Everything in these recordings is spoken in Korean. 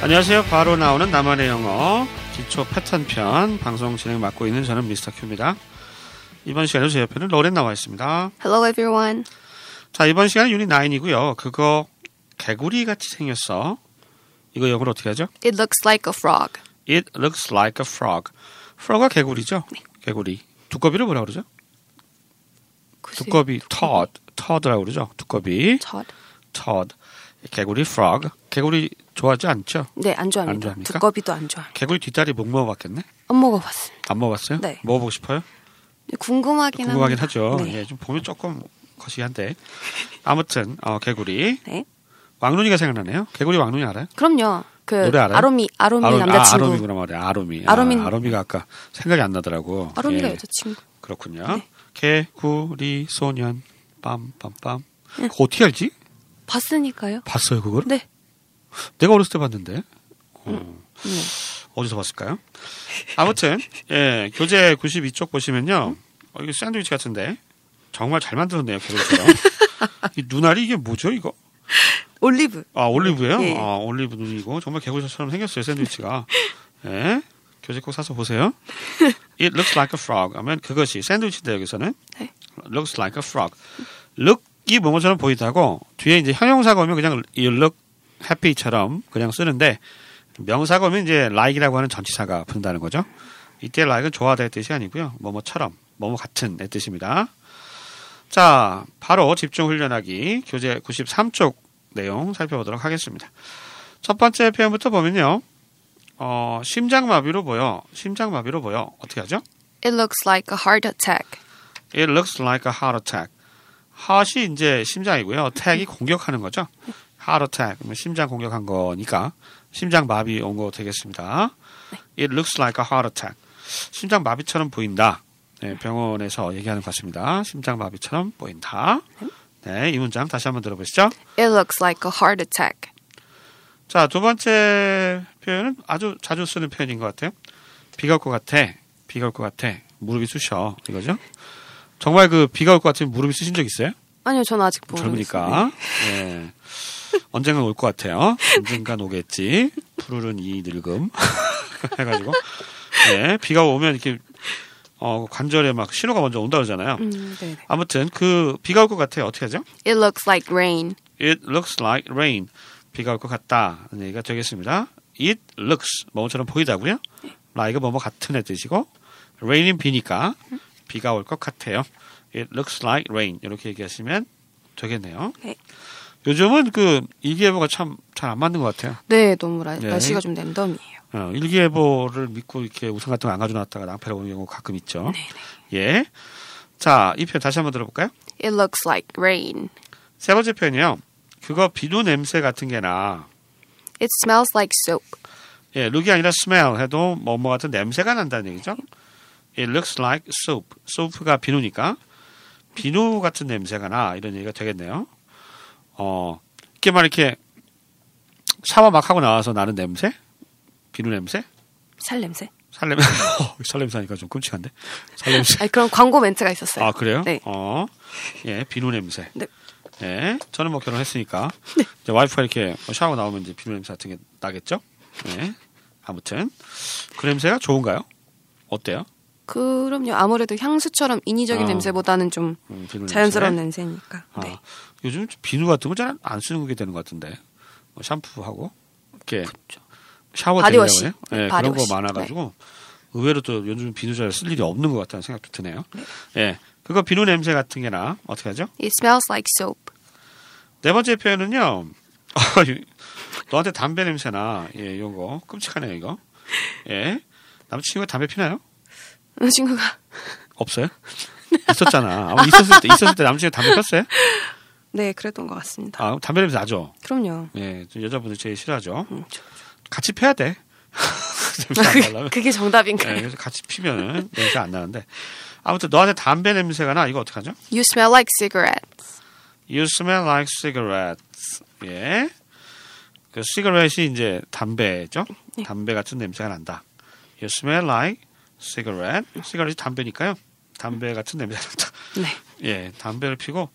안녕하세요. 바로 나오는 나만의 영어 기초 패턴편 방송 진행 맡고 있는 저는 미스터 큐입니다. 이번 시간에 제 옆에는 로렌 나와 있습니다. Hello, everyone. 자, 이번 시간은 유닛 9이고요. 그거 개구리 같이 생겼어. 이거 영어로 어떻게 하죠? It looks like a frog. It looks like a frog. frog가 개구리죠? 개구리. 두꺼비를 뭐라 그러죠? 두꺼비, tod. tod라고 그러죠? 두꺼비, 젖. tod. 개구리 frog. 개구리 좋아하지 않죠? 네, 안 안 좋아합니다. 좋아합니까? 두꺼비도 안 좋아해요. 개구리 뒷다리 못 먹어봤겠네? 안 먹어봤어요. 안 먹어봤어요? 네. 먹어보고 싶어요? 궁금하긴 궁금하긴 합니다. 하죠. 네. 예, 좀 보면 조금 거시기한데 아무튼 어, 개구리 네. 왕눈이가 생각나네요. 개구리 왕눈이 알아요? 그럼요. 그 노래 알아요? 아로미, 아로미 아롬- 아, 남자친구. 아롬이구나 말이야. 아롬이. 아롬인- 아, 아롬이가 아까 생각이 안 나더라고. 아로미가 예, 여자친구. 그렇군요. 네. 개구리 소년 빰빰빰. 네. 그거 어떻게 알지? 봤으니까요. 봤어요 그걸? 네. 내가 어렸을 때 봤는데. 어. 네. 어디서 봤을까요? 아무튼 예 교재 92쪽 보시면요. 어, 이거 샌드위치 같은데 정말 잘 만들었네요. 개구리처럼. 이 눈알이 이게 뭐죠 이거? 올리브. 아 올리브예요? 예. 아 올리브 눈이고 정말 개구리처럼 생겼어요 샌드위치가. 예. 교재 꼭 사서 보세요. It looks like a frog. 하면 그것이 샌드위치인데 여기서는 네. looks like a frog. look이 뭐뭐처럼 보이다고 뒤에 이제 형용사가 오면 그냥 you look happy처럼 그냥 쓰는데 명사가 오면 이제 like이라고 하는 전치사가 붙는다는 거죠. 이때 like은 좋아하다의 뜻이 아니고요. 뭐뭐처럼 뭐뭐 같은의 뜻입니다. 자, 바로 집중 훈련하기 교재 93쪽 내용 살펴보도록 하겠습니다. 첫 번째 표현부터 보면요. 어, 심장마비로 보여. 심장마비로 보여. 어떻게 하죠? It looks like a heart attack. It looks like a heart attack. heart이 이제 심장이고요. attack이 공격하는 거죠. heart attack. 그러면 심장 공격한 거니까 심장마비 온 거 되겠습니다. It looks like a heart attack. 심장마비처럼 보인다. 네, 병원에서 얘기하는 것 같습니다. 심장마비처럼 보인다. 네, 이 문장 다시 한번 들어보시죠. It looks like a heart attack. 자, 두 번째 표현은 아주 자주 쓰는 표현인 것 같아요. 비가 올 것 같아. 비가 올 것 같아. 무릎이 쑤셔. 이거죠? 정말 그 비가 올 것 같으면 무릎이 쑤신 적 있어요? 아니요, 전 아직 모르겠어요. 젊으니까. 예. 언젠간 올 것 같아요. 언젠간 오겠지. 푸르른 이 늙음. 해가지고. 예. 비가 오면 이렇게 어, 관절에 막 신호가 먼저 온다 그러잖아요. 음, 네. 네. 아무튼 그 비가 올 것 같아요. 어떻게 하죠? It looks like rain. It looks like rain. 비가 올 것 같다. 는 얘기가 되겠습니다. It looks 뭐뭐처럼 보이다고요. like은 뭐뭐 같은 애 뜻이고 rain은 비니까 비가 올 것 같아요. It looks like rain. 이렇게 얘기하시면 되겠네요. 네. 요즘은 그 일기예보가 참 잘 안 맞는 것 같아요. 네, 너무 라, 네. 날씨가 좀 랜덤이에요. 어, 일기예보를 믿고 이렇게 우산 같은 거 안 가지고 나왔다가 낭패를 오는 경우 가끔 있죠. 네, 예. 자, 이 표현 다시 한번 들어볼까요? It looks like rain. 세 번째 표현이요. 그거 비누 냄새 같은 게나 It smells like soap. 예, look이 아니라 smell 해도 뭐뭐 같은 냄새가 난다는 얘기죠. It looks like soap. soap가 비누니까 비누 같은 냄새가 나 이런 얘기가 되겠네요. 어, 이렇게 막 이렇게 샤워 막 하고 나와서 나는 냄새? 비누 냄새? 살 냄새? 살냄새? 어, 살냄새 하니까 좀 끔찍한데? 살냄새? 아니, 그런 광고 멘트가 있었어요. 아 그래요? 네. 어, 예, 비누 냄새. 네. 예, 저는 뭐 결혼했으니까 이제 와이프가 이렇게 뭐 샤워 나오면 이제 비누 냄새 같은 게 나겠죠? 예, 아무튼 그 냄새가 좋은가요? 어때요? 그럼요. 아무래도 향수처럼 인위적인 어. 냄새보다는 좀 음, 비누 자연스러운 냄새. 냄새니까. 아, 네. 요즘 비누 같은 거 잘 안 쓰는 게 되는 것 같은데 뭐 샴푸하고 이렇게 샤워 바디워시. 되려고 해요? 예, 그런 거 바디워시. 네. 많아가지고 의외로 또 요즘 비누 잘 쓸 일이 없는 것 같다는 생각도 드네요. 예, 그거 비누 냄새 같은 게나 어떻게 하죠? It smells like soap. 네 번째 표현은요. 아니, 너한테 담배 냄새나 예, 이런 거 끔찍하네요 이거. 예, 남친구가 담배 피나요? 친구가 없어요? 있었잖아. 아마 있었을 때 있었을 때 남친구가 담배 폈어요? 네 그랬던 것 같습니다. 아 담배 냄새 나죠. 그럼요. 예, 여자분들 제일 싫어하죠. 음, 저- 같이 펴야 돼. 냄새 안 나려면. 그게 예, 정답인가요? 그래서 같이 피면은 냄새 안 나는데 아무튼 너한테 담배 냄새가 나 이거 어떡하죠? You smell like cigarettes. You smell like cigarettes. 예. 그 cigarette이 이제 담배죠. 네. 담배 같은 냄새가 난다. You smell like cigarette. cigarette이 담배니까요. 담배 같은 냄새가 난다. 네. 예, 담배를 피고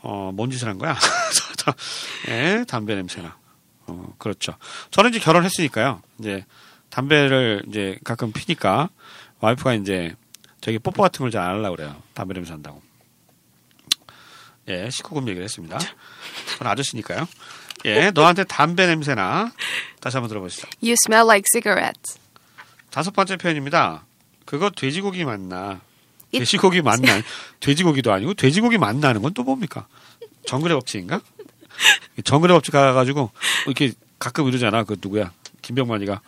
어, 뭔 짓을 한 거야? 예, 담배 냄새나. 어, 그렇죠. 저는 이제 결혼했으니까요. 이제 담배를 이제 가끔 피니까 와이프가 이제 저기 뽀뽀 같은 걸 잘 안 하려고 그래요. 담배 냄새 난다고. 예, 19금 얘기를 했습니다. 저는 아저씨니까요. 예, 너한테 담배 냄새나 다시 한번 들어보시죠. You smell like cigarettes. 다섯 번째 표현입니다. 그거 돼지고기 맛나. It- 돼지고기 맛나. 돼지고기도 아니고 돼지고기 맛나는 건 또 뭡니까? 정글의 법칙인가? 이 정글의 법칙 가가지고 이렇게 가끔 이러잖아. 그 누구야? 김병만이가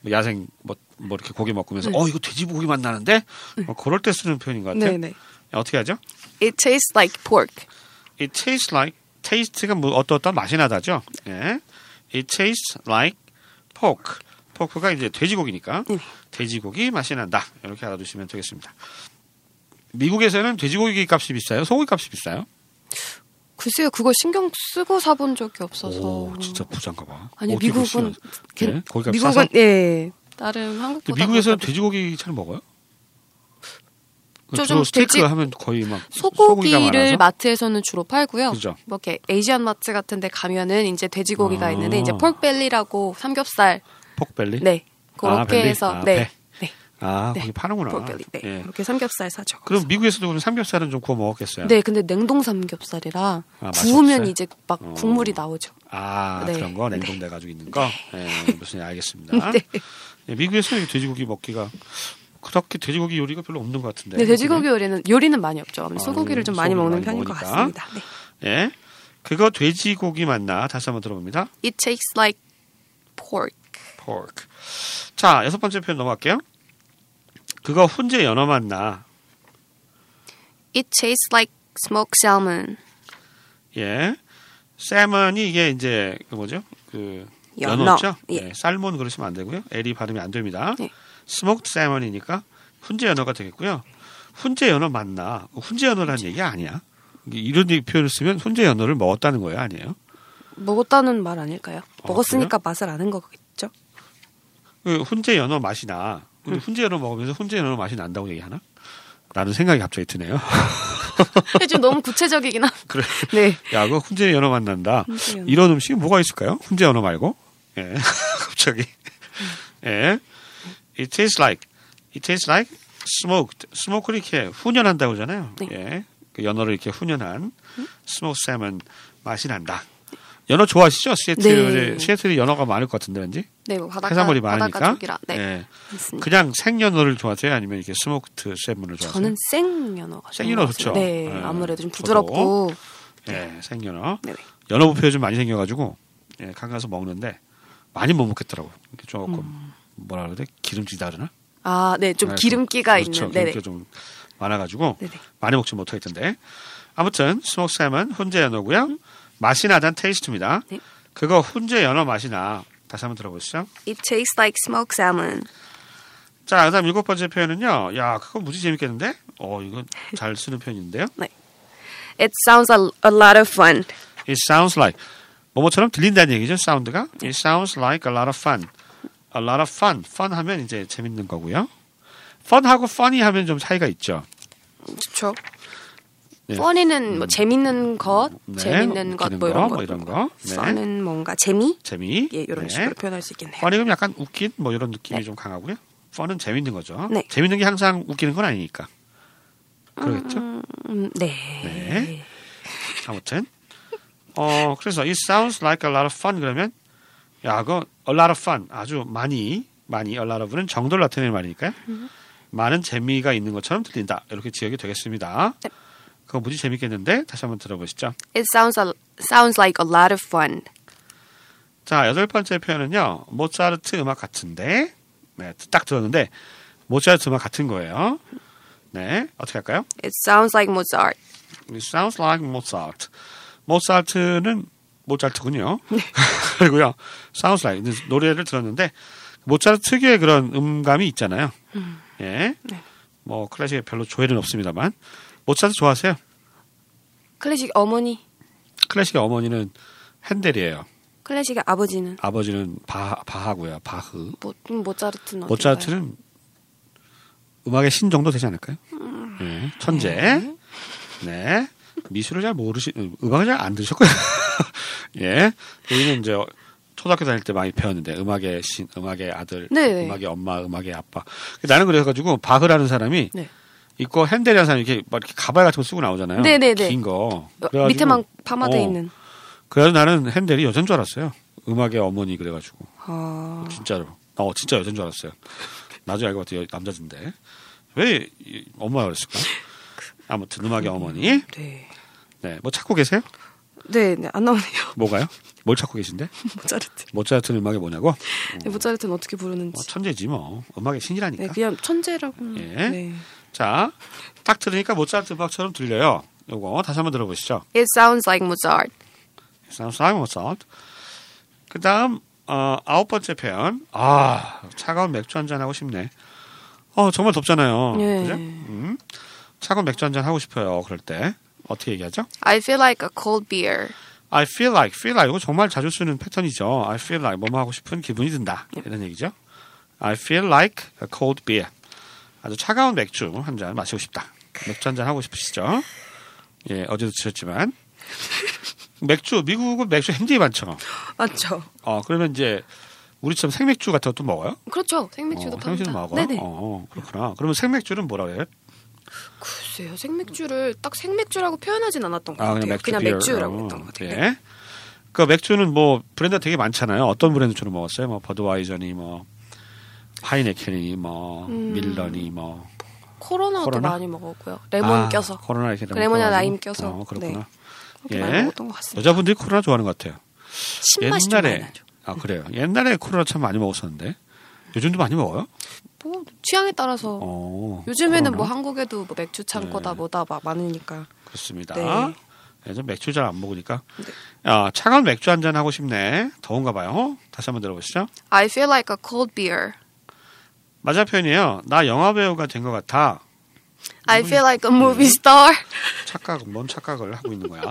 뭐 야생 뭐, 뭐 이렇게 고기 먹으면서 어 이거 돼지고기 맛나는데 뭐 그럴 때 쓰는 표현인 것 같아요. 네네. 어떻게 하죠? It tastes like pork. It tastes like taste가 뭐 어떠어떤 맛이 나다죠. 예. It tastes like pork. 포크가 이제 돼지고기니까 네. 돼지고기 맛이 난다. 이렇게 알아두시면 되겠습니다. 미국에서는 돼지고기 값이 비싸요? 소고기 값이 비싸요? 글쎄요, 그거 신경 쓰고 사본 적이 없어서. 오, 진짜 부자인가 봐. 아니 어떻게 그럴 미국은 수가 있- 그- 예? 거기가 미국은 싸서? 예 다른 한국보다 근데 미국에서는 거기가 돼지고기 잘 먹어요? 그 좀 주로 스테이크 돼지- 하면 거의 막 소고기가 소고기를 많아서? 마트에서는 주로 팔고요. 그죠. 뭐 이렇게 에이시안 마트 같은 데 가면은 이제 돼지고기가 아. 있는데 이제 폴벨리라고 삼겹살 퍽벨리? 네 그렇게 벨리? 해서 아, 네, 네 아, 네. 거기 파는구나. 폴벨리 네 예. 그렇게 삼겹살 사죠. 그럼 미국에서도 그럼 삼겹살은 좀 구워 먹었겠어요? 네 근데 냉동 삼겹살이라 아, 맛이 구우면 없어요? 이제 막 어. 국물이 나오죠. 아 네. 그런 거 냉동돼 가지고 있는 거 예, 무슨 알겠습니다. 네. 예, 미국에서 는 돼지고기 먹기가 그렇게 돼지고기 요리가 별로 없는 것 같은데. 네, 돼지고기 요리는 요리는 많이 없죠. 아무래도 아, 소고기를 좀 많이 소고기를 먹는 많이 편인 것 먹으니까. 같습니다. 네. 예, 그거 돼지고기 맞나? 다시 한번 들어봅니다. It tastes like pork. pork. 자 여섯 번째 표현 넘어갈게요. 그거 훈제 연어 맞나? It tastes like smoked salmon. 예, 세먼이 이게 이제 그 뭐죠? 그 연어. 연어죠? 예. 예, 네. 살몬 그러시면 안 되고요. L이 발음이 안 됩니다. 예. 스모크드 세먼이니까 훈제 연어가 되겠고요. 훈제 연어 맞나? 훈제 연어라는 얘기 아니야. 이게 이런 얘기 표현을 쓰면 훈제 연어를 먹었다는 거예요, 아니에요? 먹었다는 말 아닐까요? 아, 먹었으니까 맛을 아는 거겠죠? 그 훈제 연어 맛이 나. 우리 훈제 연어 먹으면서 훈제 연어 맛이 난다고 얘기하나? 라는 생각이 갑자기 드네요. 좀 너무 구체적이긴 한. 그래. 네. 야, 그 훈제 연어 맛 난다. 훈제 연어. 이런 음식이 뭐가 있을까요? 훈제 연어 말고. 예. 갑자기. 예. It tastes like. It tastes like smoked. 스모크를 이렇게 훈연한다고 그러잖아요. 네. 예. 그 연어를 이렇게 훈연한 스모크 쌤은 맛이 난다. 연어 좋아하시죠? 시애틀에 네. 시애틀이 연어가 많을 것 같은데 왠지 네, 뭐 바닷가 해산물이 바닷가 많으니까. 쪽이라. 네. 예. 맞습니다. 그냥 생연어를 좋아하세요? 아니면 이렇게 스모크드 쌤을 좋아하세요? 저는 생연어가 좋은 생연어 것 같습니다. 좋죠. 네, 네, 아무래도 좀 저도. 부드럽고. 예, 생연어. 네. 연어 부페가 좀 많이 생겨가지고 예, 강 가서 먹는데 많이 못 먹겠더라고. 이렇게 조금 뭐라 그래 기름지다 그러나? 아, 네, 음. 좀 아, 기름기가 그렇죠. 있는. 네, 네. 기름기가 좀 많아가지고 네네. 많이 먹지 못하겠던데. 아무튼 스모크 쌤은 훈제 연어고요. 맛이 나단 테이스트입니다. 음. 네. 그거 훈제 연어 맛이 나. 다시 한번 들어보시죠. It tastes like smoked salmon. 자, 그다음 일곱 번째 표현은요. 야, 그거 무지 재밌겠는데? 어, 이건 잘 쓰는 표현인데요. It sounds a, a lot of fun. It sounds like 뭐뭐처럼 들린다는 얘기죠. 사운드가. It sounds like a lot of fun. A lot of fun. fun 하면 이제 재밌는 거고요. fun하고 funny 하면 좀 차이가 있죠. 좋죠. 네. fun이는 뭐 재밌는 것, 네, 재밌는 것, 웃기는 뭐 이런 거, 것. 뭐 이런 거. 네. fun은 뭔가 재미? 재미. 예, 이런 네. 식으로 표현할 수 있겠네요. funny 그럼 약간 웃긴 뭐 이런 느낌이 네. 좀 강하고요. fun은 재밌는 거죠. 네. 재밌는 게 항상 웃기는 건 아니니까. 그러겠죠. 음, 네. 네. 아무튼 어 그래서 it sounds like a lot of fun 그러면 야 그거 a lot of fun 아주 많이 많이 a lot of는 정도를 나타내는 말이니까요. 많은 재미가 있는 것처럼 들린다 이렇게 지역이 되겠습니다. 네. 그거 무지 재밌겠는데 다시 한번 들어보시죠. It sounds a, sounds like a lot of fun. 자 여덟 번째 표현은요 모차르트 음악 같은데 네, 딱 들었는데 모차르트 음악 같은 거예요. 네 어떻게 할까요? It sounds like Mozart. It sounds like Mozart. 모차르트는 모차르트군요. 그리고요, sounds like 이제 노래를 들었는데 모차르트 특유의 그런 음감이 있잖아요. 예, 뭐 클래식에 별로 조예는 없습니다만 모차르트 좋아하세요? 클래식 어머니, 클래식의 어머니는 핸델이에요. 클래식의 아버지는 아버지는 바 바하고요, 바흐. 모, 음, 모차르트는 어떤가요? 모차르트는 음악의 신 정도 되지 않을까요? 예, 천재. 네. 미술을 잘 모르시, 음악을 잘 안 들으셨고요. 예. 저희는 이제 초등학교 다닐 때 많이 배웠는데 음악의 신, 음악의 아들, 네. 음악의 엄마, 음악의 아빠. 나는 그래가지고 바흐라는 사람이 네. 있고 핸델이라는 사람이 이렇게 막 이렇게 가발 같은 거 쓰고 나오잖아요. 네, 네, 네. 긴 거. 어, 그래가지고 밑에만 파마돼 어. 있는. 그래서 나는 핸델이 여잔 줄 알았어요. 음악의 어머니 그래가지고 아, 진짜로. 어 진짜 여잔 줄 알았어요. 나중에 알고 봤더니 남자인데 왜 이- 엄마가 그랬을까? 아무튼 음악의 어머니. 네. 네, 뭐 찾고 계세요? 네, 네, 안 나오네요. 뭐가요? 뭘 찾고 계신데? 모차르트. 모차르트는 음악이 뭐냐고? 네, 모차르트는 어떻게 부르는지. 뭐 천재지 뭐. 음악의 신이라니까. 네, 그냥 천재라고. 예. 네. 자, 딱 들으니까 모차르트 음악처럼 들려요. 요거 다시 한번 들어보시죠. It sounds like Mozart. 사이먼 모차르트. 그다음 어, 아홉 번째 표현. 아, 차가운 맥주 한 잔 하고 싶네. 어, 정말 덥잖아요. 예. 그죠? 음. 차가운 맥주 한 잔 하고 싶어요. 그럴 때 어떻게 얘기하죠? I feel like a cold beer. I feel like, feel like 이거 정말 자주 쓰는 패턴이죠. I feel like 뭐뭐 하고 싶은 기분이 든다 예. 이런 얘기죠. I feel like a cold beer. 아주 차가운 맥주 한 잔 마시고 싶다. 맥주 한 잔 하고 싶으시죠? 예, 어제도 드셨지만 맥주 미국은 맥주 굉장히 많죠. 맞죠? 어 그러면 이제 우리처럼 생맥주 같은 것도 먹어요? 그렇죠. 생맥주도 어, 팝니다. 생맥주도 먹어요? 네네. 어, 그렇구나. 그러면 생맥주는 뭐라 그래요? 글쎄요, 생맥주를 딱 생맥주라고 표현하진 않았던 것 아, 같아요. 그냥 맥주 그냥 비어. 맥주라고 어, 했던 것 같아요. 네. 예. 그 맥주는 뭐 브랜드 가 되게 많잖아요. 어떤 브랜드 주로 먹었어요? 뭐 버드와이저니 뭐 하이네켄이 뭐 음. 밀런이 뭐 코로나도 코로나? 많이 먹었고요. 레몬 아, 껴서 코로나 이렇게 그 레몬이나 먹어가지고. 라임 껴서. 어, 그렇구나. 네. 그렇게 예. 많이 먹었던 것 같습니다. 여자분들이 코로나 좋아하는 것 같아요. 신맛이 좀 많이 옛날에 나죠. 아 그래요. 옛날에 코로나 참 많이 먹었었는데 요즘도 많이 먹어요? 뭐 취향에 따라서 어, 요즘에는 코로나? 뭐 한국에도 뭐 맥주 창고다 네. 뭐다 막 많으니까. 그렇습니다. 네. 예전 맥주 잘 안 먹으니까 네. 아, 차가운 맥주 한 잔 하고 싶네. 더운가 봐요. 다시 한번 들어보시죠. I feel like a cold beer. 맞아 표현이에요. 나 영화 배우가 된 것 같아. I 음. feel like a 네. movie star. 착각, 뭔 착각을 하고 있는 거야.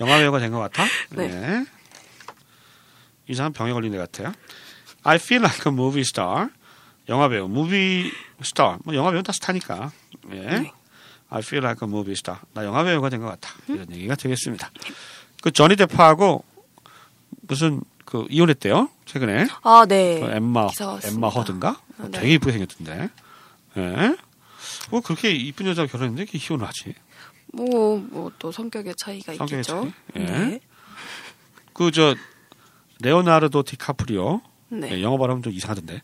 영화 배우가 된 것 같아? 네. 네. 이 사람 병에 걸린 것 같아요. I feel like a movie star. 영화 배우, movie star. 뭐 영화 배우 다 스타니까. 예. 네. I feel like a movie star. 나 영화 배우가 된 것 같아. 음? 이런 얘기가 되겠습니다. 그 저니 데파하고 무슨 그 이혼했대요. 최근에 아, 네. 그 엠마 기사 왔습니다. 엠마 허든가 아, 네. 되게 이쁘게 생겼던데. 예. 뭐 그렇게 이쁜 여자가 결혼했는데 이렇게 이혼을 하지? 뭐 뭐 또 성격의 차이가 성격의 있겠죠. 네. 차이? 예. 그 저 레오나르도 디카프리오 네. 예, 네. 영어 발음 좀 이상하던데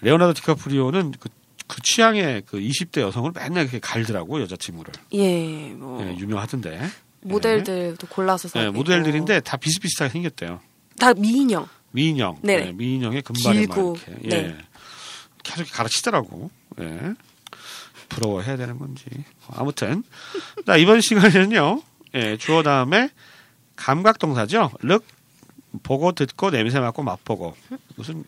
레오나르도 디카프리오는 그, 그 취향의 그 20대 여성을 맨날 이렇게 갈더라고 여자 친구를 예. 뭐 예, 유명하던데 모델들도 골라서 예, 사고 모델들인데 다 비슷비슷하게 생겼대요 다 미인형. 미인형 네. 예, 미인형의 금발에 막 길고, 이렇게 예. 네. 계속 이렇게 가르치더라고 예. 부러워해야 되는 건지 아무튼 자 이번 시간에는요 예, 주어 다음에 감각 동사죠. 륵 보고 듣고 냄새 맡고 맛보고 무슨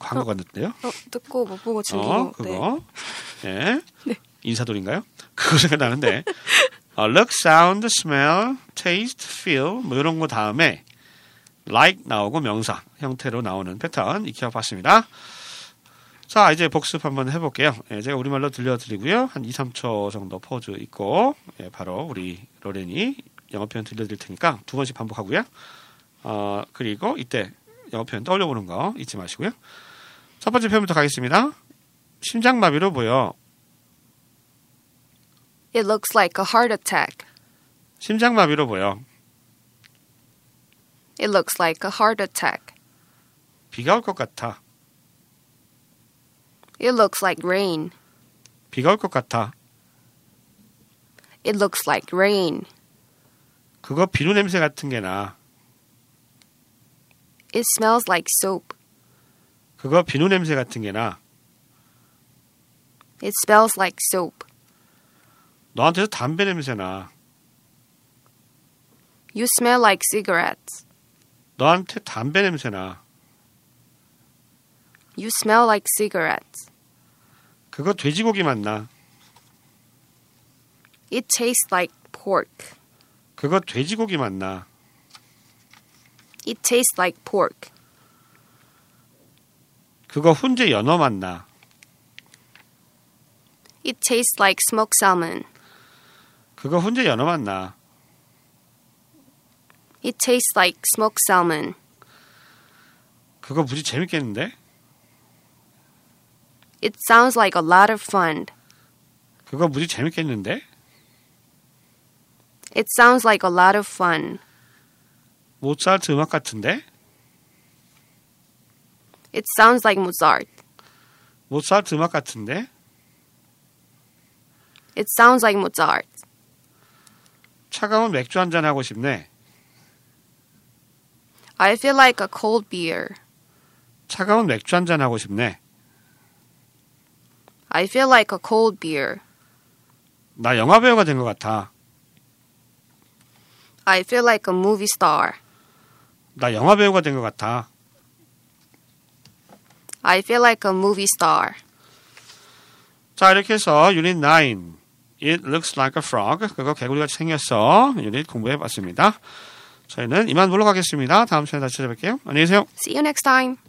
광고 같은데요. 어, 듣고 못 보고 즐기고. 어 네. 그거 예 인사돌인가요? 그거 생각나는데 어, look, sound, smell, taste, feel 뭐 이런 거 다음에 like 나오고 명사 형태로 나오는 패턴 익혀봤습니다. 자 이제 복습 한번 해볼게요. 예, 제가 우리말로 들려드리고요. 한 2, 3초 정도 포즈 있고 예, 바로 우리 로렌이 영어 표현 들려드릴 테니까 두 번씩 반복하고요. 어, 그리고 이때 영어 표현 떠올려보는 거 잊지 마시고요. 첫 번째 표현부터 가겠습니다. 심장마비로 보여. It looks like a heart attack. 심장마비로 보여. It looks like a heart attack. 비가 올 것 같아. It looks like rain. 비가 올 것 같아. It looks like rain. 그거 비누 냄새 같은 게 나. It smells like soap. 그거 비누 냄새 같은 게 나. It smells like soap. 너한테서 담배 냄새 나. You smell like cigarettes. 너한테 담배 냄새 나. You smell like cigarettes. 그거 돼지고기 맛나. It tastes like pork. 그거 돼지고기 맛나. It tastes like pork. 그거 훈제 연어 맛나. It tastes like smoked salmon. 그거 훈제 연어 맛나. It tastes like smoked salmon. 그거 무지 재밌겠는데? It sounds like a lot of fun. 그거 무지 재밌겠는데? It sounds like a lot of fun. 모차르트 음악 같은데? It sounds like Mozart. 모차르트 음악 같은데? It sounds like Mozart. 차가운 맥주 한잔 하고 싶네. I feel like a cold beer. 차가운 맥주 한잔 하고 싶네. I feel like a cold beer. 나 영화 배우가 된 것 같아. I feel like a movie star. 나 영화 배우가 된 것 같아. I feel like a movie star. 자 이렇게 해서 유닛 9 It looks like a frog 그거 개구리같이 생겼어 유닛 공부해봤습니다. 저희는 이만 물러가겠습니다. 다음 시간에 다시 찾아뵐게요. 안녕히 계세요. See you next time.